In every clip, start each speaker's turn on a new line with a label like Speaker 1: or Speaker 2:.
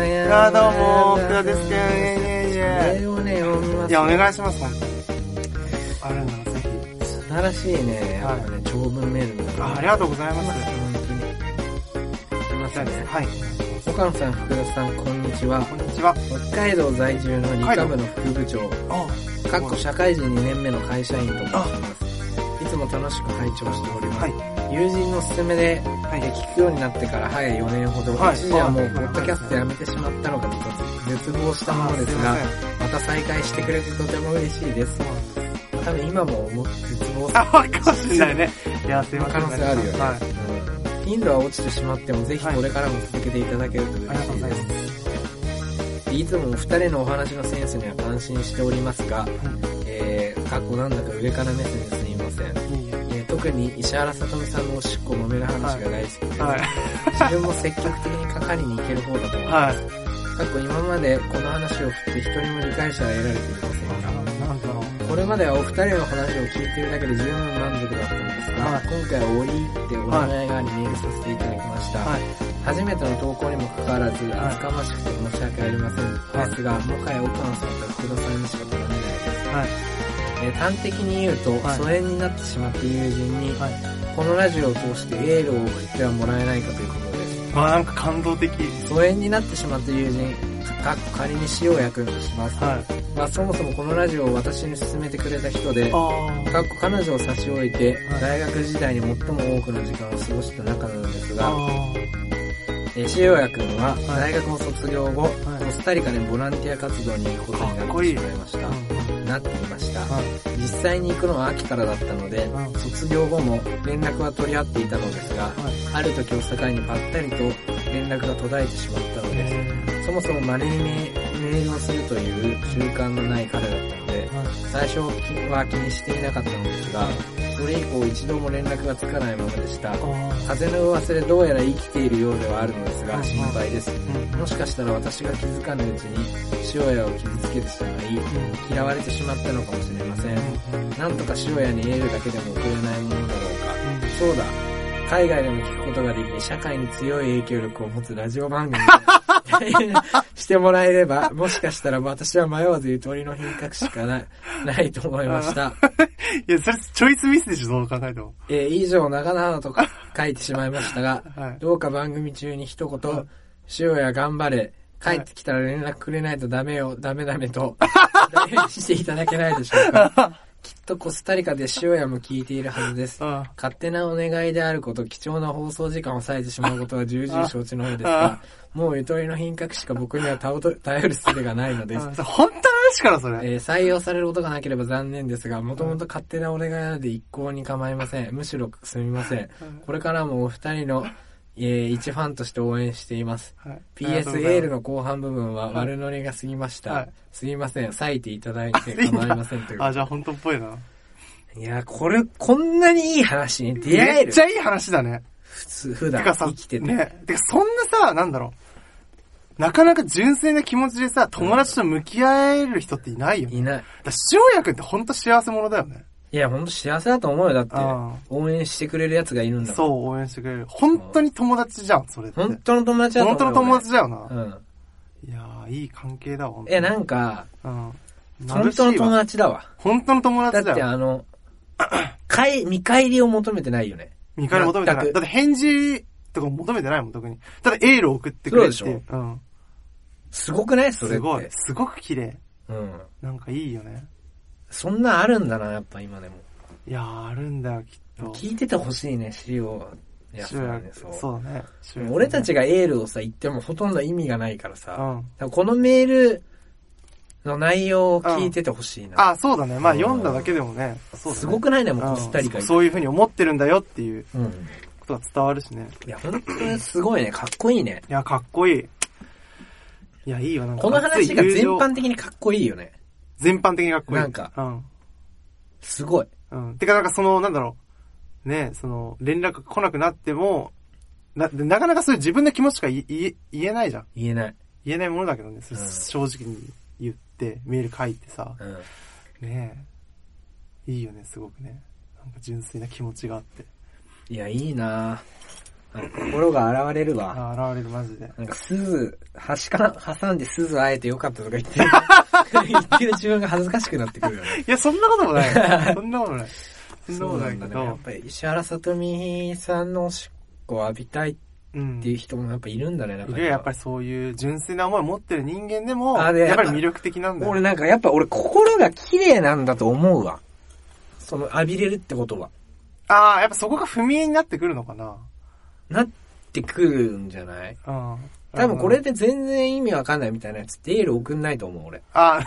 Speaker 1: メー
Speaker 2: もう、福田ですけど、いやいやいや。
Speaker 1: ルをね、読みます。
Speaker 2: いや、お願いします、本当に。あるならぜひ。
Speaker 1: 素晴らしいね、やっぱね、長文メール
Speaker 2: あ
Speaker 1: だ
Speaker 2: ありがとうございます。
Speaker 1: 本当に。いますね。
Speaker 2: はい。
Speaker 1: 岡野さん、福田さん、こんにちは。
Speaker 2: こんにちは。
Speaker 1: 北海道在住の理科部の副部長、
Speaker 2: あ、
Speaker 1: かっこ社会人2年目の会社員と申します。いつも楽しく拝聴しております。
Speaker 2: はい。
Speaker 1: 友人の勧めで、
Speaker 2: はい。
Speaker 1: え聞くようになってから早4年ほど、
Speaker 2: はい
Speaker 1: 一時はもう
Speaker 2: はい
Speaker 1: ポッドキャストやめてしまったのが絶望したものですが、また再開してくれてとても嬉しいです。多分今も思って絶望する
Speaker 2: あ、わかんないね。いや、すいません。
Speaker 1: 可能性あるよね。
Speaker 2: はい。
Speaker 1: うん頻度は落ちてしまっても、ぜひこれからも続けていただけると
Speaker 2: あり
Speaker 1: 嬉
Speaker 2: がと
Speaker 1: し
Speaker 2: う
Speaker 1: い
Speaker 2: ござい
Speaker 1: で。
Speaker 2: ますす。
Speaker 1: いつもお二人のお話のセンスには感心しておりますが、えー、かっこなんだか上から目線ですみません。え
Speaker 2: いいよ
Speaker 1: ー特に石原さとみさんのおしっこ揉める話が大好きで、
Speaker 2: はい。
Speaker 1: 自分も積極的にかかりに行ける方だと思います。
Speaker 2: はい。
Speaker 1: 過去今までこの話を振って一人も理解者は得られていませんが、
Speaker 2: なんだろう。
Speaker 1: これまではお二人の話を聞いているだけで十分満足だったんですが、
Speaker 2: はい
Speaker 1: 今回は折り入ってお願いがありメールさせていただきました。
Speaker 2: はい
Speaker 1: 初めての投稿にもかかわらず、
Speaker 2: い
Speaker 1: 厚かましくて申し訳ありません。ですが、もはや岡野さんと福田さんにしか頼めないです。
Speaker 2: はい。
Speaker 1: えー端的に言うと、
Speaker 2: はい
Speaker 1: 疎遠になってしまって友人に、
Speaker 2: はい
Speaker 1: このラジオを通してエールを送ってはもらえないかということです。
Speaker 2: まあなんか感動的。
Speaker 1: 疎遠になってしまった友人、かっこ仮に塩を焼くとします。
Speaker 2: はい。
Speaker 1: まあそもそもこのラジオを私に勧めてくれた人で、
Speaker 2: あ
Speaker 1: かっ
Speaker 2: ー
Speaker 1: こ彼女を差し置いて、
Speaker 2: はい
Speaker 1: 大学時代に最も多くの時間を過ごした仲なんです
Speaker 2: あ
Speaker 1: が、
Speaker 2: ー。
Speaker 1: えー塩谷くんは
Speaker 2: は
Speaker 1: 大
Speaker 2: い
Speaker 1: 学を卒業後、
Speaker 2: い
Speaker 1: コスタリカでボランティア活動に行くことになってしまいました。なっていました。
Speaker 2: はい。
Speaker 1: 実際に行くのは秋からだったので、
Speaker 2: うん
Speaker 1: 卒業後も連絡は取り合っていたのですが、ある時を境にばったりと連絡が途絶えてしまったのです。そもそも稀にメールをするという習慣のない彼だったので、最初は気にしていなかったのですが、それ以降一度も連絡がつかないままでした。風の噂でどうやら生きているようではあるのですが、心配です。もしかしたら私が気づかぬうちに、塩屋を傷つけてしまい、嫌われてしまったのかもしれません。なんとか塩屋にエールだけでも送れないものだろうか。そうだ。海外でも聞くことができ、社会に強い影響力を持つラジオ番 組してもらえれば、もしかしたら私は迷わずゆとりの品格しかない、ないと思いま した。
Speaker 2: いや、それ、チョイスミスでしょ、どう考えても。
Speaker 1: えー以上、長々と書いてしまいましたが、
Speaker 2: はい
Speaker 1: どうか番組中に一言、塩や頑張れ、帰ってきたら連絡くれないとダメよ、ダメダメ と、代弁していただけないでしょうか。きっとコスタリカで塩屋も聞いているはずです。
Speaker 2: あ
Speaker 1: 勝手なお願いであること、貴重な放送時間を割いてしまうことは重々承知の上ですが、もうゆとりの品格しか僕には頼る頼る術がないのです。
Speaker 2: あ。本当の話から、それ。
Speaker 1: えー採用されることがなければ残念ですが、もともと勝手なお願いなので一向に構いません。むしろすみません。これからもお二人の、えー一ファンとして応援しています。
Speaker 2: はいありがとう
Speaker 1: PS
Speaker 2: ございます
Speaker 1: エールの後半部分は悪ノリが過ぎました。
Speaker 2: はい
Speaker 1: すいません。割いていただいて構いませんという。
Speaker 2: あ、じゃあ本当っぽいな。
Speaker 1: いやー、これ、こんなにいい話に出会え
Speaker 2: めっ
Speaker 1: る
Speaker 2: ち。ゃいい話だね。
Speaker 1: 普通、普
Speaker 2: て
Speaker 1: 段
Speaker 2: かさ、
Speaker 1: 生きてて。
Speaker 2: ね。てかそんなさ、なんだろう。なかなか純粋な気持ちでさ、友達と向き合える人っていないよね。
Speaker 1: いない。
Speaker 2: だから塩谷くんって本当幸せ者だよね。
Speaker 1: いや、ほんと幸せだと思うよ。だって
Speaker 2: あ、
Speaker 1: 応援してくれるやつがいるんだ。
Speaker 2: そうう、応援してくれる。本当に友達じゃん、それって。
Speaker 1: 本当の友達だと思
Speaker 2: 本
Speaker 1: う。
Speaker 2: 当の友達だよ
Speaker 1: 俺。
Speaker 2: な。
Speaker 1: うん。
Speaker 2: いやー、いい関係だわ、本当
Speaker 1: いや、なんか、
Speaker 2: うん。
Speaker 1: 本当の友達だわ。
Speaker 2: 本当の友
Speaker 1: だ
Speaker 2: 達
Speaker 1: っ
Speaker 2: だ
Speaker 1: て
Speaker 2: よ。
Speaker 1: あの、かい、見返りを求めてないよね。
Speaker 2: 見返り求めてな
Speaker 1: 全
Speaker 2: い。
Speaker 1: く
Speaker 2: だって返事とか求めてないもん、特に。ただエールを送ってくれってい。
Speaker 1: そうでし
Speaker 2: うん。
Speaker 1: すごくないそれって。
Speaker 2: すごい。すごく綺麗。
Speaker 1: うん。
Speaker 2: なんかいいよね。
Speaker 1: そんなんあるんだな、やっぱ今でも。
Speaker 2: いやー、あるんだよ、きっと。
Speaker 1: 聞いててほしいね、資料。いや、そうだね、
Speaker 2: そ。
Speaker 1: そうう。
Speaker 2: そうだね。
Speaker 1: でも俺たちがエールをさ、言ってもほとんど意味がないからさ。だ
Speaker 2: う
Speaker 1: か
Speaker 2: ん。
Speaker 1: らこのメールの内容を聞いててほしいな。
Speaker 2: あ、そうだね。まあ、読んだだけでもね。そうだね
Speaker 1: すごくないね、
Speaker 2: う
Speaker 1: も
Speaker 2: ん
Speaker 1: うコスタリカ
Speaker 2: そうそういうふうに思ってるんだよっていう
Speaker 1: うん。
Speaker 2: ことが伝わるしね。
Speaker 1: いや、本当にすごいね。かっこいいね。
Speaker 2: いや、かっこいい。いや、いいわ、なんか。
Speaker 1: この話が
Speaker 2: 熱い
Speaker 1: 全
Speaker 2: 友情
Speaker 1: 般的にかっこいいよね。
Speaker 2: 全般的にかっこいい。
Speaker 1: なんか。
Speaker 2: うん。
Speaker 1: すごい。
Speaker 2: うん。てか、なんかその、なんだろう。ね、その、連絡来なくなっても、な、でなかなかそういう自分の気持ちしか言え、言えないじゃん。
Speaker 1: 言えない。
Speaker 2: 言えないものだけどね、それ
Speaker 1: うん
Speaker 2: 正直に言って、メール書いてさ、
Speaker 1: うん。
Speaker 2: ねいいよね、すごくね。なんか純粋な気持ちがあって。
Speaker 1: いや、いいなぁなんか心が現れるわ。
Speaker 2: あー現れる、マジで。
Speaker 1: なんか、鈴、端から挟んで鈴会えてよかったとか言って、 言ってる自分が恥ずかしくなってくるよね。
Speaker 2: いや、そんなことも ない。そんなことない。そ
Speaker 1: そ
Speaker 2: んなこと
Speaker 1: う
Speaker 2: な
Speaker 1: ないんだ
Speaker 2: け
Speaker 1: ね。や
Speaker 2: ど
Speaker 1: っ。ぱり石原さとみさんのおしっこを浴びたいっ
Speaker 2: うん。
Speaker 1: ていう人もやっぱいるんだね、中
Speaker 2: い
Speaker 1: には
Speaker 2: るよやっぱりそういう純粋な思いを持ってる人間でも、
Speaker 1: あで
Speaker 2: やっぱり魅力的なんだよ。
Speaker 1: 俺なんかやっぱ俺心が綺麗なんだと思うわ。その浴びれるってことは。
Speaker 2: ああ、やっぱそこが不明になってくるのかな。
Speaker 1: なってくるんじゃない
Speaker 2: うん。
Speaker 1: 多分これで全然意味わかんないみたいなやつってエール送んないと思う、俺。
Speaker 2: あ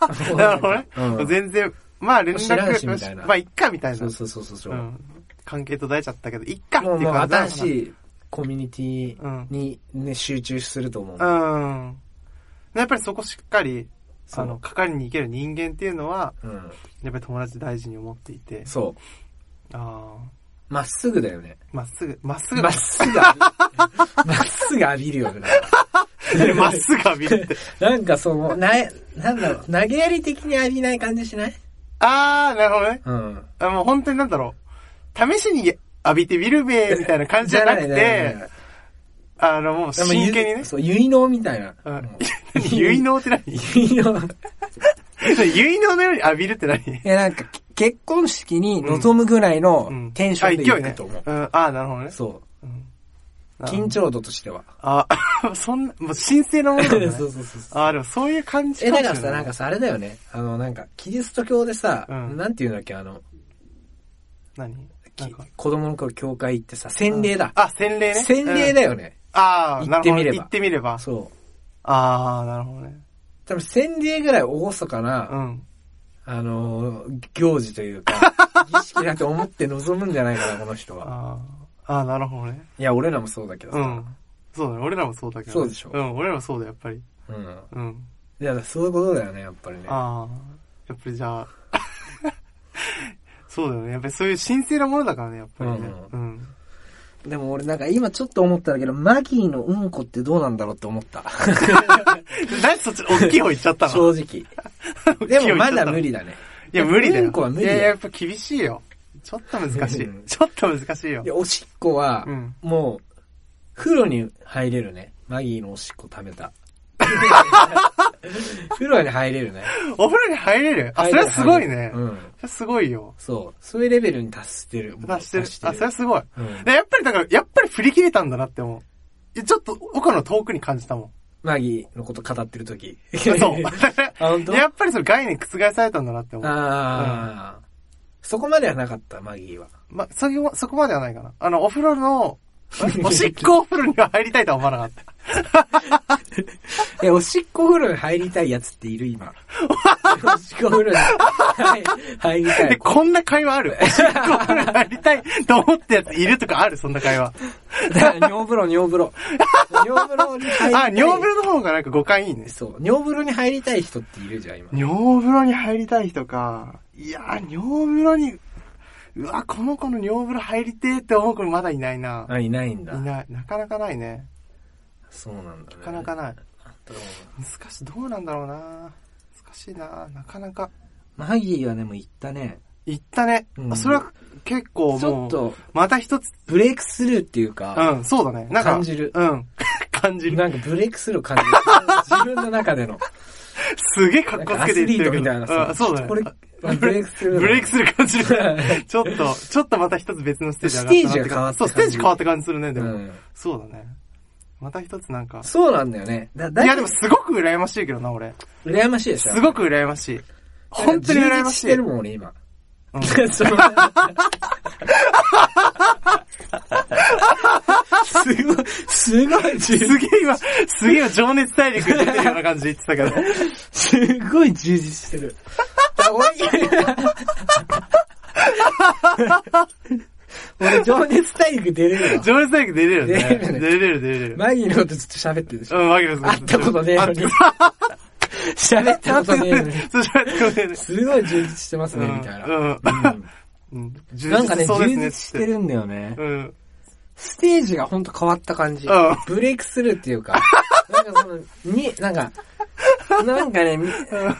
Speaker 2: あ、 なるほどね。
Speaker 1: うん
Speaker 2: 全然、まあ連絡、
Speaker 1: 知らんしみたいな
Speaker 2: まあ、いっか、みたいな。
Speaker 1: そうそうそうそう。
Speaker 2: うん。関係途絶えちゃったけど、いっかってい
Speaker 1: もう
Speaker 2: う感じ
Speaker 1: もう
Speaker 2: なのかな
Speaker 1: 新しいコミュニティに、ね、集中すると思う。
Speaker 2: うん。やっぱりそこしっかり、
Speaker 1: そ
Speaker 2: あ
Speaker 1: う
Speaker 2: の、かかりに行ける人間っていうのは、
Speaker 1: うん。
Speaker 2: やっぱり友達大事に思っていて。
Speaker 1: そ
Speaker 2: ああ。
Speaker 1: う。まっすぐだよね。
Speaker 2: まっすぐ、まっすぐ、
Speaker 1: まっすぐ 浴び。まっすぐ浴びるよね。
Speaker 2: まっすぐ浴びるって。
Speaker 1: なんかその、な、なんだろう、投げやり的に浴びない感じしない
Speaker 2: ああ、なるほどね。
Speaker 1: うん。
Speaker 2: あもう本当になんだろう。試しに浴びてみるべ、みたいな感じじゃなく
Speaker 1: じゃない
Speaker 2: て、、あの、もう
Speaker 1: でもゆ
Speaker 2: 真剣にね。
Speaker 1: そう、結納みたいな。
Speaker 2: うん
Speaker 1: もう
Speaker 2: 結 納って何
Speaker 1: 結納。
Speaker 2: 結納のように浴びるって何
Speaker 1: いや、なんか、結婚式に臨むぐらいの
Speaker 2: うん
Speaker 1: テンションで
Speaker 2: あ勢
Speaker 1: 行
Speaker 2: いね
Speaker 1: くと思う。
Speaker 2: うん、ああ、なるほどね。
Speaker 1: そうう。
Speaker 2: ん
Speaker 1: 緊張度としては。
Speaker 2: あ、そんな、もう神聖なもの
Speaker 1: そ
Speaker 2: だ
Speaker 1: う
Speaker 2: ね。
Speaker 1: そうそうそう。
Speaker 2: ああ、でもそういう感じ
Speaker 1: え、
Speaker 2: も
Speaker 1: だ
Speaker 2: し
Speaker 1: か
Speaker 2: れ
Speaker 1: らさ、なんかさ、あれだよね。あの、なんか、キリスト教でさ、
Speaker 2: うん
Speaker 1: なんていうんだっけ、あの、
Speaker 2: 何
Speaker 1: き
Speaker 2: なんか
Speaker 1: 子供の頃教会行ってさ、洗礼だ。
Speaker 2: あ、洗礼ね。
Speaker 1: 洗礼だ
Speaker 2: よ。
Speaker 1: よね。
Speaker 2: ああ、
Speaker 1: 行
Speaker 2: なるほ
Speaker 1: って
Speaker 2: ど。
Speaker 1: みれば
Speaker 2: 行ってみれば。
Speaker 1: そう。
Speaker 2: ああ、なるほどね。
Speaker 1: 多分洗礼ぐらい厳かな、
Speaker 2: うん。
Speaker 1: あのー、行事という か、儀式だと思って望むんじゃないかな、この人は。
Speaker 2: ああ、ああ、なるほどね。
Speaker 1: いや、俺らもそうだけど
Speaker 2: う
Speaker 1: さ。
Speaker 2: ん。そうだね。俺らもそうだけどね。
Speaker 1: そうでしょ
Speaker 2: うん、俺らもそうだよ、やっぱり。
Speaker 1: うん。
Speaker 2: うん。
Speaker 1: いや、そういうことだよね、やっぱりね。
Speaker 2: ああ、やっぱりじゃあ、 そうだよね。やっぱりそういう神聖なものだからね、やっぱりね。
Speaker 1: う
Speaker 2: うん。
Speaker 1: でも俺なんか今ちょっと思ったんだけど、マギーのうんこってどうなんだろうって思った。
Speaker 2: なんでそっち、大きい方行っちゃ ったの
Speaker 1: 正直。 でもまだ無理
Speaker 2: だ。
Speaker 1: だ ね。
Speaker 2: いや、無理だよ。
Speaker 1: うんこは無理だ
Speaker 2: い
Speaker 1: よ
Speaker 2: や、やっぱ厳しいよ。ちょっと難しい
Speaker 1: うん。
Speaker 2: ちょっと難しいよ
Speaker 1: で、。おしっこは
Speaker 2: うん、
Speaker 1: もう、風呂に入れるね。マギーのおしっこ溜め た。風呂に入れるね。
Speaker 2: お風呂に入れるあ、それはすごいね。
Speaker 1: う
Speaker 2: それ
Speaker 1: ん。
Speaker 2: はすごいよ。
Speaker 1: そう。そういうレベルに達してる。
Speaker 2: 出してる。あ、それはすごい。
Speaker 1: うん
Speaker 2: で、やっぱりだから、やっぱり振り切れたんだなって思う。いやちょっと、岡野遠くに感じたもん。
Speaker 1: マギーのこと語ってる 時。
Speaker 2: そう。
Speaker 1: あ、本当
Speaker 2: やっぱりその概念覆されたんだなって思う。
Speaker 1: ああ。そこまではなかった、マギーは。
Speaker 2: ま、そこ、そこまではないかな。あの、お風 呂の、おしっこお風呂には入りたいとは思わなかった。
Speaker 1: え、おしっこ風呂に入りたいやつっている今。おしっこ風呂にはい入りた
Speaker 2: で、
Speaker 1: い。
Speaker 2: こんな会話あるおしっこお風呂に入りたいと思ったやついるとかあるそんな会話。
Speaker 1: 尿風呂、尿風呂。尿風呂に入りたい。
Speaker 2: あ、尿風呂の方がなんか誤解いいね。
Speaker 1: そう。尿風呂に入りたい人っているじゃん、今。
Speaker 2: 尿風呂に入りたい人か。いやー、尿風呂に、うわ、この子の尿風呂入りてーって思う子まだいないな。
Speaker 1: あ、いないん
Speaker 2: い
Speaker 1: だ。
Speaker 2: ない。なかなかないね。
Speaker 1: そうなんだね。
Speaker 2: なかなかない。
Speaker 1: でも
Speaker 2: 難しい。どうなんだろうな難しいななかなか。
Speaker 1: マギーはね、もう行ったね。
Speaker 2: 行ったね。
Speaker 1: うん
Speaker 2: あそれは結構もう、
Speaker 1: ちょっと、
Speaker 2: また一つ、
Speaker 1: ブレイクスルーっていうか、
Speaker 2: うん、そうだね。なんか、
Speaker 1: 感じる
Speaker 2: うん。 感じる。
Speaker 1: なんかブレイクスルーを感じ る。自分の中での。
Speaker 2: すげえ格好つけて言ってるけど。
Speaker 1: なんかアスリートみたいなさ
Speaker 2: うん、そうだね。
Speaker 1: これブレイクスルーだね
Speaker 2: ブレイクスルー感じ る。ちょっと、ちょっとまた一つ別のステージ上がったな
Speaker 1: ステージが変わった
Speaker 2: そう、ステージ変わった感じするね、で
Speaker 1: う
Speaker 2: も。
Speaker 1: ん、
Speaker 2: そうだね。また一つなんか。
Speaker 1: そうなんだよね。だ
Speaker 2: い
Speaker 1: だ
Speaker 2: や、でもすごく羨ましいけどな、俺。
Speaker 1: 羨ましいでしょ。
Speaker 2: すごく羨ましい。本当に
Speaker 1: なんか充
Speaker 2: 羨
Speaker 1: 実
Speaker 2: ま
Speaker 1: し
Speaker 2: しい。
Speaker 1: てるもん、俺今。
Speaker 2: うん
Speaker 1: そのすごい、すごい充
Speaker 2: すげえ今、すげえ情熱大陸出てるような感じで言ってたけど。
Speaker 1: すごい充実してる。俺、情熱大陸出れるわ。
Speaker 2: 情熱大陸出れるよ
Speaker 1: 出
Speaker 2: ね
Speaker 1: れ。るね
Speaker 2: 出れる、出れる。
Speaker 1: マギーのことずっと喋ってるでしょ。
Speaker 2: うん、わけです。
Speaker 1: 会ったことねえの に。喋ったことねえのに。
Speaker 2: そうしないとね。
Speaker 1: すごい充実してますね、みたいな。
Speaker 2: うん
Speaker 1: うん
Speaker 2: うん。
Speaker 1: なんかね、
Speaker 2: そう
Speaker 1: 充
Speaker 2: です
Speaker 1: 実して
Speaker 2: って。
Speaker 1: るんだよね。
Speaker 2: うん。
Speaker 1: ステージがほんと変わった感じ
Speaker 2: うん。
Speaker 1: ブレイクスルーっていうか、なんかその、に、なんか、なんかね、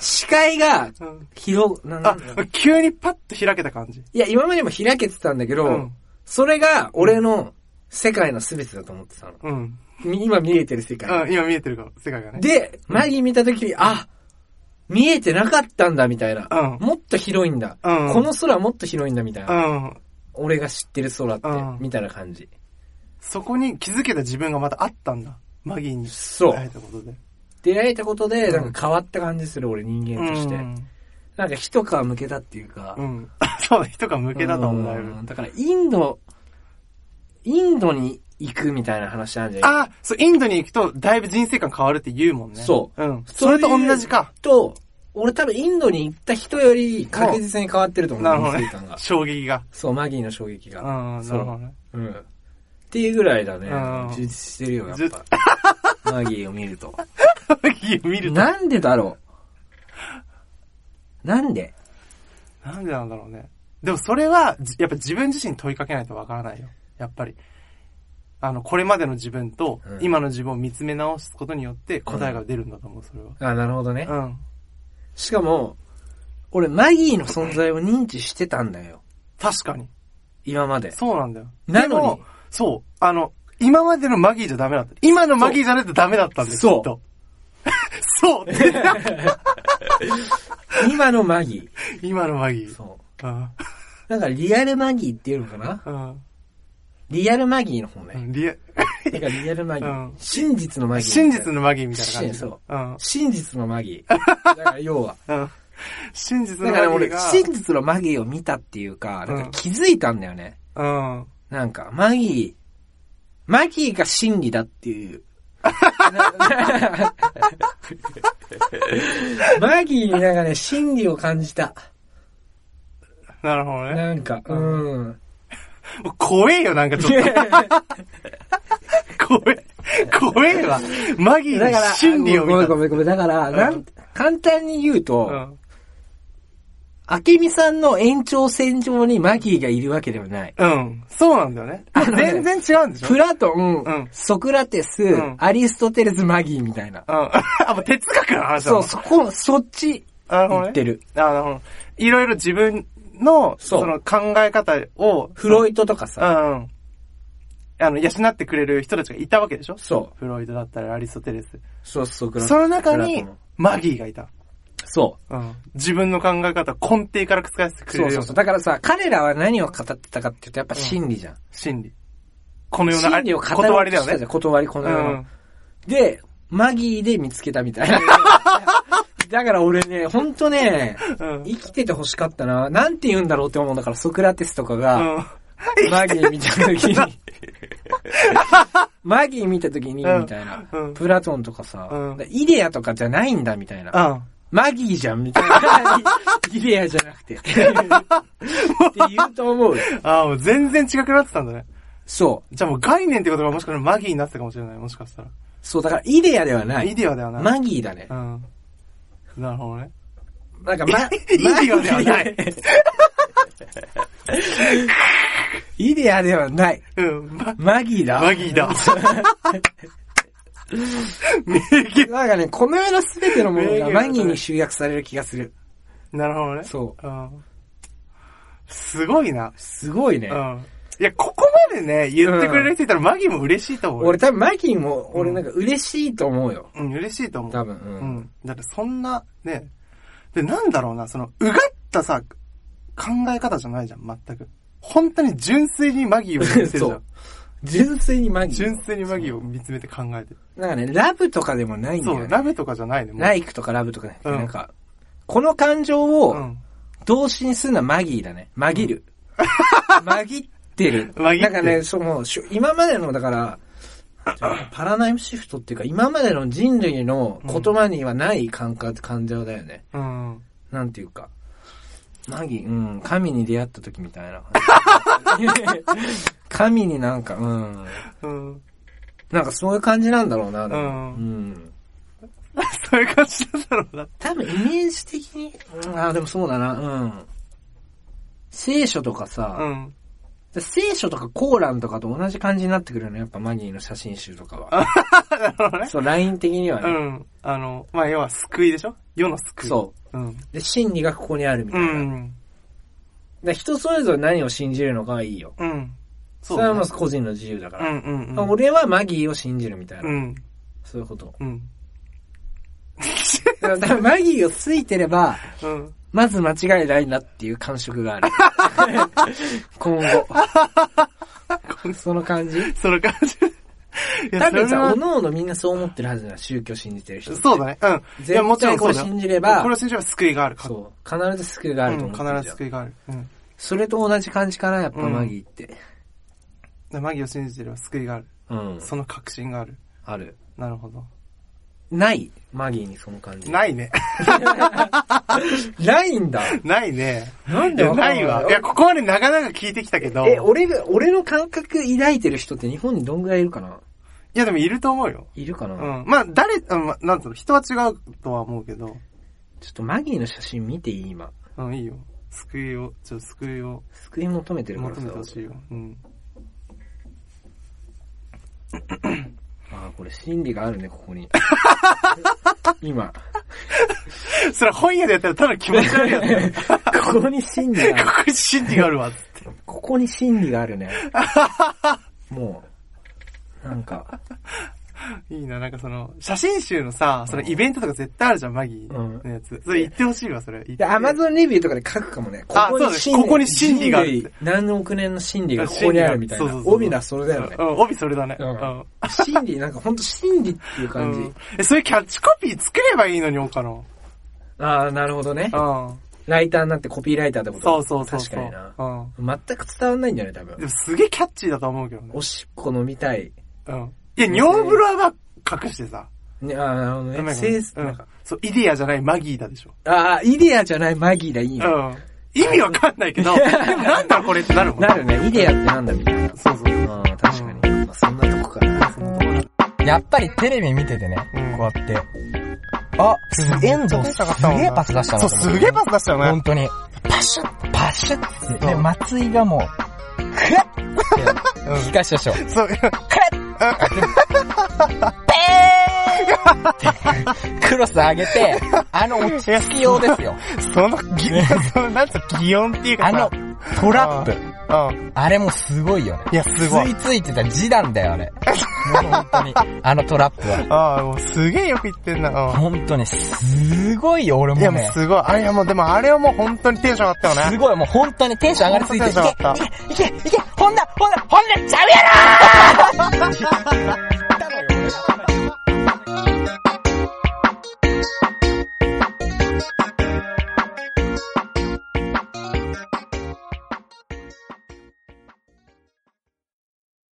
Speaker 1: 視界が
Speaker 2: うん
Speaker 1: 広、なな
Speaker 2: あ
Speaker 1: んだろう、
Speaker 2: 急にパッと開けた感じ。
Speaker 1: いや、今までも開けてたんだけど、
Speaker 2: うん
Speaker 1: それが俺の世界の全てだと思ってたの。
Speaker 2: うん。
Speaker 1: み今見えてる世界。
Speaker 2: うん、今見えてるから、世界がね。
Speaker 1: で、前に見た時に、あ、見えてなかったんだ、みたいな。
Speaker 2: うん
Speaker 1: もっと広いんだ。
Speaker 2: うん
Speaker 1: この空もっと広いんだ、みたいうな。
Speaker 2: ん。
Speaker 1: 俺が知ってる空って
Speaker 2: うん、
Speaker 1: みたいな感じ。
Speaker 2: そこに気づけた自分がまたあったんだ。マギーに。
Speaker 1: そう
Speaker 2: 会えたことで。
Speaker 1: 出会えたことで、
Speaker 2: うん
Speaker 1: なんか変わった感じする、俺人間として。
Speaker 2: うん
Speaker 1: なんか一皮向けたっていうか。
Speaker 2: うん。 そうだ、人が向けたと思う、だいぶ
Speaker 1: うん。だから、インド、インドに行くみたいな話あるじゃん。
Speaker 2: ああ、そう、インドに行くと、だいぶ人生観変わるって言うもんね。。
Speaker 1: そう
Speaker 2: うん。そ
Speaker 1: そうい
Speaker 2: れ
Speaker 1: う
Speaker 2: と同じか。
Speaker 1: と、俺多分インドに行った人より確実に変わってると思う。
Speaker 2: なるほど
Speaker 1: 人
Speaker 2: ね
Speaker 1: 生観。が
Speaker 2: 衝撃が。
Speaker 1: そう、マギーの衝撃
Speaker 2: うん、
Speaker 1: が。
Speaker 2: なるほどね。
Speaker 1: うん。っていうぐらいだね。
Speaker 2: うん
Speaker 1: 充実してるよ、やっ
Speaker 2: ず
Speaker 1: ぱ。マギーを見ると。
Speaker 2: マギ ー見ると。
Speaker 1: なんでだろうなんで
Speaker 2: なんでなんだろうね。でもそれは、じやっぱ自分自身に問いかけないとわからないよ。やっぱり。あの、これまでの自分と
Speaker 1: う、ん
Speaker 2: 今の自分を見つめ直すことによって答えが出るんだと思う、それは。
Speaker 1: あ、なるほどね。
Speaker 2: うん。
Speaker 1: しかも、俺、マギーの存在を認知してたんだよ。
Speaker 2: 確かに。
Speaker 1: 今まで。
Speaker 2: そうなんだよ。
Speaker 1: なのに
Speaker 2: でもそう。あの、今までのマギーじゃダメだった。今のマギーじゃないとダメだったんです
Speaker 1: そう
Speaker 2: きっと。 そう
Speaker 1: 今のマギ
Speaker 2: 今のマギ
Speaker 1: ー。
Speaker 2: ー。
Speaker 1: そう。
Speaker 2: うん
Speaker 1: なんかリアルマギーっていうのかな
Speaker 2: うん
Speaker 1: リアルマギーの方
Speaker 2: う
Speaker 1: ね。
Speaker 2: ん。リア、
Speaker 1: なんかリアルマギー。
Speaker 2: うん
Speaker 1: 真実のマギー。
Speaker 2: 真実。のマギーみたいな感じ。
Speaker 1: そう
Speaker 2: うん。
Speaker 1: 真実のマギ ー。だから要は。
Speaker 2: うん。真実
Speaker 1: だ
Speaker 2: のマ
Speaker 1: か
Speaker 2: ギ
Speaker 1: ら俺
Speaker 2: ー、が。
Speaker 1: 真実のマギーを見たっていうか、なんか気づいたんだよね。
Speaker 2: うん。
Speaker 1: なんか、マギー、マギーが真理だっていう。マギーになんかね、真理を感じた。
Speaker 2: なるほどね。
Speaker 1: なんか、うん。
Speaker 2: もう怖えよ、なんかちょっと。怖え。怖えわ。マギー
Speaker 1: だ
Speaker 2: に
Speaker 1: から、
Speaker 2: 真理を
Speaker 1: ごめ
Speaker 2: 見
Speaker 1: ん
Speaker 2: た
Speaker 1: ご。めんごめん。だから、なん簡単に言う
Speaker 2: う
Speaker 1: と、
Speaker 2: ん。
Speaker 1: あけみさんの延長線上にマギーがいるわけではない。
Speaker 2: うん。そうなんだよね。
Speaker 1: あのね
Speaker 2: 全然違うんでしょ
Speaker 1: プラトン、
Speaker 2: うん
Speaker 1: ソクラテス、
Speaker 2: うん
Speaker 1: アリストテレス、マギーみたいな。
Speaker 2: うん。 あ、もう哲学の話だ
Speaker 1: そ
Speaker 2: も
Speaker 1: う、
Speaker 2: ん
Speaker 1: そこ、そっち、
Speaker 2: なるほど
Speaker 1: 言
Speaker 2: ね。
Speaker 1: ってる。
Speaker 2: あなるほど。いろいろ自分の、
Speaker 1: そう
Speaker 2: その考え方を、
Speaker 1: フロイトとかさ、
Speaker 2: うん。あの、養ってくれる人たちがいたわけでしょ
Speaker 1: そう。
Speaker 2: フロイドだったり、アリストテレス。
Speaker 1: そう、ソクラテス。
Speaker 2: その中
Speaker 1: ソクラ
Speaker 2: に
Speaker 1: テス、
Speaker 2: マギーがいた。
Speaker 1: そ
Speaker 2: うん。自分の考え方、根底から覆して
Speaker 1: う。
Speaker 2: くれ
Speaker 1: そうそ
Speaker 2: るよ
Speaker 1: う
Speaker 2: う
Speaker 1: そう。
Speaker 2: な
Speaker 1: だからさ、彼らは何を語ってたかっていうと、やっぱ真理じゃん。
Speaker 2: 心理。このような、あ
Speaker 1: 真理
Speaker 2: れ
Speaker 1: を語ろうとした
Speaker 2: 断りだよね
Speaker 1: じゃん。断り、こ
Speaker 2: う
Speaker 1: の世の。
Speaker 2: ん。
Speaker 1: で、マギーで見つけたみ たいな。だから俺ね、ほんとね、
Speaker 2: うん。
Speaker 1: 生きてて欲しかったな。なんて言うんだろうって思うんだから、ソクラテスとかが、
Speaker 2: うん。
Speaker 1: マギー見た時 に、マギー見た時に、みたいな。
Speaker 2: うん
Speaker 1: プラトンとかさ、
Speaker 2: うん
Speaker 1: イデアとかじゃないんだ、みたいな。
Speaker 2: うん。
Speaker 1: マギーじゃん、みたい な。イデアじゃなくて。って言うと思う。
Speaker 2: ああ、もう全然違くなってたんだね。
Speaker 1: そう。
Speaker 2: じゃあもう概念ってことがもしかしたらマギーになってたかもしれない、もしかしたら。
Speaker 1: そう、だからイデアではな
Speaker 2: イ
Speaker 1: い。
Speaker 2: デアではない。
Speaker 1: マギーだね。
Speaker 2: うん。なるほどね。
Speaker 1: なん か、ま、
Speaker 2: イデアではない。
Speaker 1: イデアではない。
Speaker 2: うん。ま
Speaker 1: マギーだ。
Speaker 2: マギ ーだ。名言。
Speaker 1: なんかね、この世のすべてのもの
Speaker 2: 名
Speaker 1: が
Speaker 2: 言
Speaker 1: マギーに集約される気がする。
Speaker 2: なるほどね。。
Speaker 1: そう
Speaker 2: ん。すごいな。
Speaker 1: すごいね
Speaker 2: う。ん。いや、ここまでね、言ってくれる人いたらマギーも嬉しいと思うよ。
Speaker 1: 俺多分マギーも、俺なんか嬉しいと思うよ。
Speaker 2: うん、嬉しいと思う。
Speaker 1: 多分。
Speaker 2: う
Speaker 1: うん。
Speaker 2: ん。だってそんな、ね。で、なんだろうな、その、うがったさ、考え方じゃないじゃん、全く。本当に純粋にマギーを見つめてるじゃ。
Speaker 1: そうん純粋にマギー。
Speaker 2: 純粋にマギーを見つめて考えてる。
Speaker 1: なんかね、ラブとかでもないんだ
Speaker 2: そ
Speaker 1: よ
Speaker 2: う、
Speaker 1: ね。
Speaker 2: ラブとかじゃないね、もう
Speaker 1: ライクとかラブとかじゃなくて、
Speaker 2: うん
Speaker 1: なんか、この感情
Speaker 2: う
Speaker 1: を
Speaker 2: ん。
Speaker 1: 動詞にするのはマギーだね。マギる。マギって る。
Speaker 2: マギって
Speaker 1: な
Speaker 2: る
Speaker 1: んかね、その、しゅ今までの、だから、パラダイムシフトっていうか、今までの人類の言葉にはない感覚、感情だよね。
Speaker 2: うん。
Speaker 1: なんていうか。マギ、うん、神に出会った時みたいな。 神になんか、うん。
Speaker 2: うん。
Speaker 1: なんかそういう感じなんだろうな。でも
Speaker 2: うん
Speaker 1: うん。
Speaker 2: そういう感じなんだろうな。
Speaker 1: 多分イメージ的に、うん、あーでもそうだな、うん。聖書とか
Speaker 2: う
Speaker 1: さ、
Speaker 2: ん。
Speaker 1: 聖書とかコーランとかと同じ感じになってくるよね、やっぱマギーの写真集とかは。
Speaker 2: なるほどね。
Speaker 1: そう、ライン的には
Speaker 2: う
Speaker 1: ね。
Speaker 2: ん。あの、まあ、要は救いでしょ世の救い。。
Speaker 1: そう
Speaker 2: うん。
Speaker 1: う。で、真理がここにあるみた
Speaker 2: う
Speaker 1: いな。
Speaker 2: ん。
Speaker 1: で人それぞれ何を信じるのかがいいよ。
Speaker 2: うん。そ
Speaker 1: そう
Speaker 2: だ
Speaker 1: れ
Speaker 2: ね
Speaker 1: はもう個人の自由だか
Speaker 2: う
Speaker 1: ら。
Speaker 2: んうんうん。
Speaker 1: 俺はマギーを信じるみたいうな。
Speaker 2: ん。
Speaker 1: そういうこと。
Speaker 2: うん。
Speaker 1: だからだからマギーをついてれば、
Speaker 2: うん。
Speaker 1: まず間違いないなっていう感触 がある。今後。その感じ
Speaker 2: その感じ。い
Speaker 1: 多分
Speaker 2: それ
Speaker 1: さ、
Speaker 2: は
Speaker 1: おのおのみんなそう思ってるはずだよ宗教信じてる人。
Speaker 2: そうだね。うん。いや、も
Speaker 1: 絶対
Speaker 2: ちろん
Speaker 1: こ
Speaker 2: そう
Speaker 1: れ
Speaker 2: だよ。
Speaker 1: 信じれば
Speaker 2: これ、を信じれば救いがある。う。
Speaker 1: そう。必ず救いがあると
Speaker 2: ん、
Speaker 1: 思
Speaker 2: 必
Speaker 1: ってる
Speaker 2: ず
Speaker 1: じゃん
Speaker 2: 救いがある。うん。
Speaker 1: それと同じ感じかな、やっぱマギーって。
Speaker 2: でマギを信じてれば救いがある。
Speaker 1: うん。
Speaker 2: その確信がある。
Speaker 1: ある。
Speaker 2: なるほど。
Speaker 1: ないマギーにその感じ。い。
Speaker 2: ないね。
Speaker 1: ないんだ。
Speaker 2: ないね。
Speaker 1: なん
Speaker 2: い
Speaker 1: で
Speaker 2: や、
Speaker 1: わか
Speaker 2: なんいわ。いや、ここまでなかなか聞いてきたけど。
Speaker 1: え、俺が、俺の感覚抱いてる人って日本にどんぐらいいるかない
Speaker 2: や、でもいると思うよ。
Speaker 1: いるかな、
Speaker 2: うん。まあ、誰、うんまあなんつうの、人は違うとは思うけど。
Speaker 1: ちょっとマギーの写真見ていい今。
Speaker 2: うん、いいよ。救いを、ちょっと救いを
Speaker 1: 救い求めてるから
Speaker 2: 求
Speaker 1: さ。
Speaker 2: めてほしいよ。 うん。
Speaker 1: ああ、これ心理があるね、こ こに。今。
Speaker 2: それ本屋でやったらただ気持ち悪いやつだよ
Speaker 1: ここに心理がある。
Speaker 2: ここに真理があるわ、つって。
Speaker 1: ここに心理がある ね。もう、なんか、
Speaker 2: いいな、なんかその、写真集のさ、そのイベントとか絶対あるじゃん、マギーのやつ。それ言ってほしいわ、それ。
Speaker 1: で、アマ
Speaker 2: ン
Speaker 1: ゾンレビューとかで書くかもね。
Speaker 2: あそうだねここに心理がある
Speaker 1: 人類何億年の心理がここにあるみたいな。帯なそれだよ ね
Speaker 2: う。ん、帯それだね。
Speaker 1: う
Speaker 2: うんん。
Speaker 1: 心理、なんかほんと心理っていう感
Speaker 2: う
Speaker 1: じ
Speaker 2: ん。え、そういうキャッチコピー作ればいいのに、 岡野。
Speaker 1: ああ、なるほどね。
Speaker 2: うん。
Speaker 1: ライターになってコピーライターってこと
Speaker 2: そうそうそうそう。
Speaker 1: 確かにな。
Speaker 2: うん。
Speaker 1: 全く伝わんないんだよね、多
Speaker 2: で
Speaker 1: 分。
Speaker 2: もすげえキャッチーだと思うけどね
Speaker 1: お。しっこ飲みたい。
Speaker 2: うん。いや、尿風呂はまあ隠してさ。
Speaker 1: ね、ああ、なるほど
Speaker 2: ごめ
Speaker 1: ね。
Speaker 2: んごめん
Speaker 1: せい
Speaker 2: うん
Speaker 1: なんか
Speaker 2: そう、イディアじゃないマギーだでしょ。
Speaker 1: ああ、イデアじゃないマギーだ、いいうね。
Speaker 2: ん。意味わかんないけど、でもなんだこれってなるもん。
Speaker 1: なるね、イデアってなんだみたいな。
Speaker 2: そうそう。
Speaker 1: ああ、確かに。まあ、そんなとこかな。
Speaker 3: やっぱりテレビ見ててね、
Speaker 2: うん
Speaker 3: こうやって。あ、遠藤すげえパス出したなと思っ
Speaker 2: そう、
Speaker 3: て。
Speaker 2: すげえパス出したよね
Speaker 3: 本。当に。パシュッパシュッって。で、
Speaker 2: うん
Speaker 3: 松井がもう、クラッって引かしたでしょ。
Speaker 2: そう、
Speaker 3: クロス上げて、あの落ち着きようですよ。
Speaker 2: その、ぎその、なんつうの、擬音っていうか
Speaker 3: あ
Speaker 2: さ
Speaker 3: の、トラップ。
Speaker 2: の、うん。
Speaker 3: あれもすごいよね。
Speaker 2: いや、すごい
Speaker 3: 吸い。付いてた示談だよ、あれ。もう本当に。あのトラップは。
Speaker 2: ああ、もうすげえよく言ってんな。う
Speaker 3: 本当に、すごいよ、俺
Speaker 2: ん。
Speaker 3: も
Speaker 2: いや、もう
Speaker 3: ね。
Speaker 2: すごい。あれはもう、でもあれはもう本当にテンション上がったよね。
Speaker 3: すごい、もう本当にテンション上がりすぎて、い
Speaker 2: 本当にテ
Speaker 3: け、いけ、いけ、いけ、ほんだ、ほんだ、ほんだ、ちゃうやろ
Speaker 4: 「